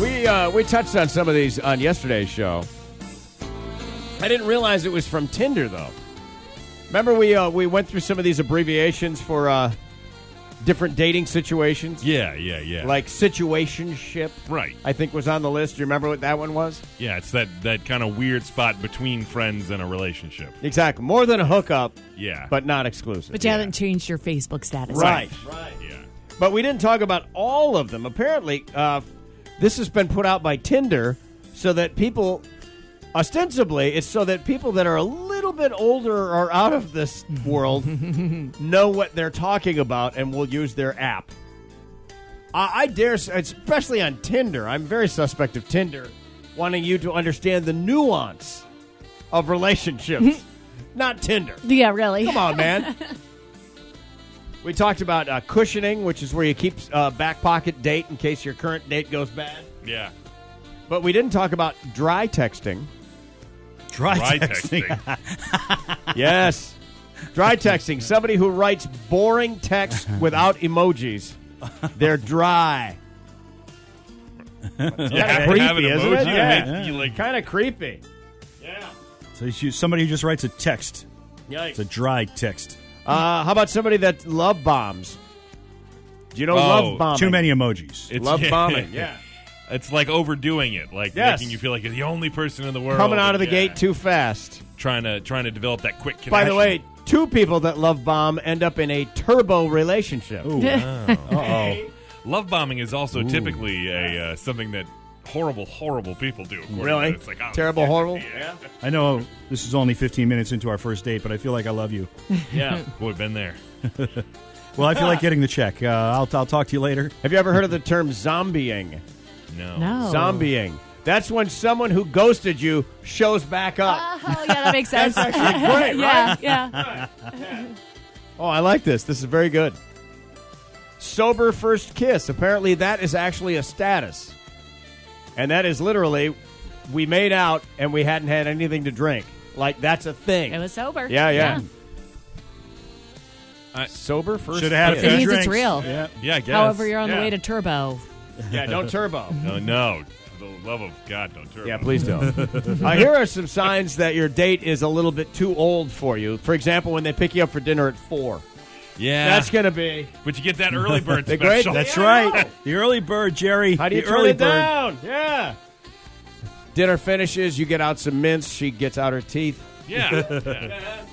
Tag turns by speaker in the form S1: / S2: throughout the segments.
S1: we touched on some of these on yesterday's show. I didn't realize it was from Tinder though. Remember we uh, we went through some of these abbreviations for uh, different dating situations,
S2: Yeah, yeah, yeah.
S1: like situationship.
S2: right.
S1: I think was on the list. Do you remember what that one was?
S2: Yeah, it's that that kind of weird spot between friends and a relationship.
S1: Exactly, more than a hookup,
S2: Yeah.
S1: but not exclusive.
S3: But you haven't changed your Facebook status.
S1: Right.
S2: right. Yeah.
S1: But we didn't talk about all of them. Apparently, uh, this has been put out by Tinder so that people, ostensibly, it's so that people that are a little bit older or out of this world know what they're talking about and will use their app. I, I dare, s- especially on Tinder, I'm very suspect of Tinder wanting you to understand the nuance of relationships, not Tinder.
S3: Yeah, really.
S1: Come on, man. we talked about uh, cushioning, which is where you keep uh, back pocket date in case your current date goes bad.
S2: Yeah.
S1: But we didn't talk about dry texting.
S4: Dry,
S2: Right
S4: texting.
S2: texting.
S1: Yes. dry texting. Somebody who writes boring text without emojis. They're dry.
S2: you have to have an
S1: Creepy, isn't
S2: emoji
S1: it?
S2: to
S1: Yeah.
S2: make you like
S1: Kind of creepy.
S4: So you, somebody who just writes a text. It's a dry text.
S1: Uh, how about somebody that love bombs? Do you know
S2: Oh,
S1: love bombing?
S4: Too many emojis.
S2: it's,
S1: Love bombing. Yeah.
S2: It's like overdoing it, like
S1: Yes.
S2: making you feel like you're the only person in the world.
S1: Coming out of the
S2: Yeah.
S1: gate too fast.
S2: trying to trying to develop that quick connection.
S1: By the way, two people that love bomb end up in a turbo relationship.
S2: love bombing is also typically a uh, something that horrible, horrible people do. according to
S1: Really?
S2: this. It's like, oh,
S1: Terrible,
S2: yeah,
S1: horrible?
S2: Yeah,
S4: I know this is only 15 minutes into our first date, but I feel like I love you.
S2: yeah. Boy, been there.
S4: Well, I feel like getting the check. Uh, I'll, I'll talk to you later.
S1: Have you ever heard of the term zombieing?
S2: No.
S3: No.
S1: Zombieing. That's when someone who ghosted you shows back up.
S3: Oh, yeah, that makes sense.
S1: That's actually great,
S3: yeah,
S1: right?
S3: yeah.
S1: Oh, I like this. This is very good. Sober first kiss. Apparently, that is actually a status. And that is literally we made out and we hadn't had anything to drink. Like, that's a thing.
S3: It was sober.
S1: yeah, yeah.
S2: I-
S1: Sober first
S4: Should have had a
S1: kiss.
S4: few
S3: It means it's
S4: drinks.
S3: real.
S4: Yeah.
S2: Yeah, I guess.
S3: However, you're on
S2: Yeah.
S3: the way to turbo.
S1: Yeah, don't turbo.
S2: No, no. For the love of God, don't turn.
S1: Yeah,
S2: around.
S1: please don't. uh, here are some signs that your date is a little bit too old for you. For example, when they pick you up for dinner at four,
S2: Yeah,
S1: that's going to be.
S2: but you get that early bird
S1: The great-
S2: special.
S4: That's
S1: Yeah, I
S4: right. The early bird, Jerry.
S1: How do you
S4: the
S1: turn
S4: early
S1: it
S4: bird.
S1: down? Yeah. Dinner finishes. You get out some mints. She gets out her teeth.
S2: yeah.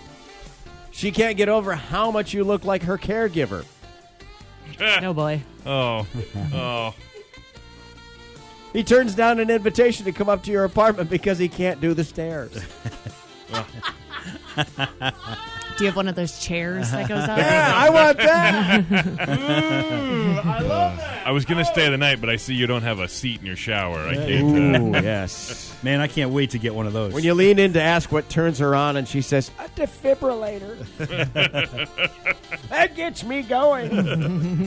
S1: She can't get over how much you look like her caregiver.
S3: No boy.
S2: Oh, oh.
S1: He turns down an invitation to come up to your apartment because he can't do the stairs.
S3: Do you have one of those chairs that goes up?
S1: yeah, I want that. I love that.
S2: I was gonna stay the night, but I see you don't have a seat in your shower. I can't. Uh,
S1: Ooh, yes.
S4: Man, I can't wait to get one of those.
S1: When you lean in to ask what turns her on, and she says, "A defibrillator." that gets me going.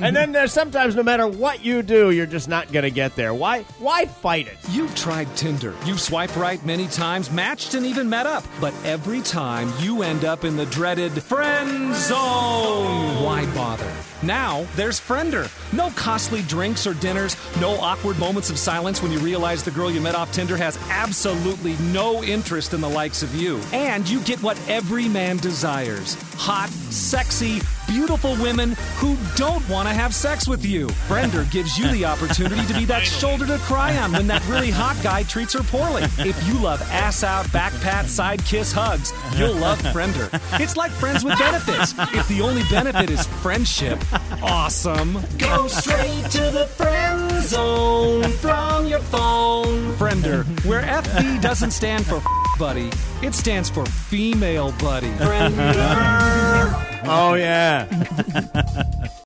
S1: and then there's sometimes, no matter what you do, you're just not going to get there. Why? Why fight it?
S5: You've tried Tinder. You've swiped right many times, matched and even met up. But every time you end up in the dreaded friend zone. Why bother? Now there's Friender. No costly drinks or dinners, no awkward moments of silence when you realize the girl you met off Tinder has absolutely no interest in the likes of you. And you get what every man desires hot, sexy, beautiful women who don't want to have sex with you. Friender gives you the opportunity to be that shoulder to cry on when that really hot guy treats her poorly. If you love ass out, back pat, side kiss, hugs, you'll love Friender. It's like friends with benefits. If the only benefit is friendship, awesome. Go straight to the friend zone from your phone. Friender, where FB doesn't stand for buddy, it stands for female buddy. Friender.
S1: Oh yeah.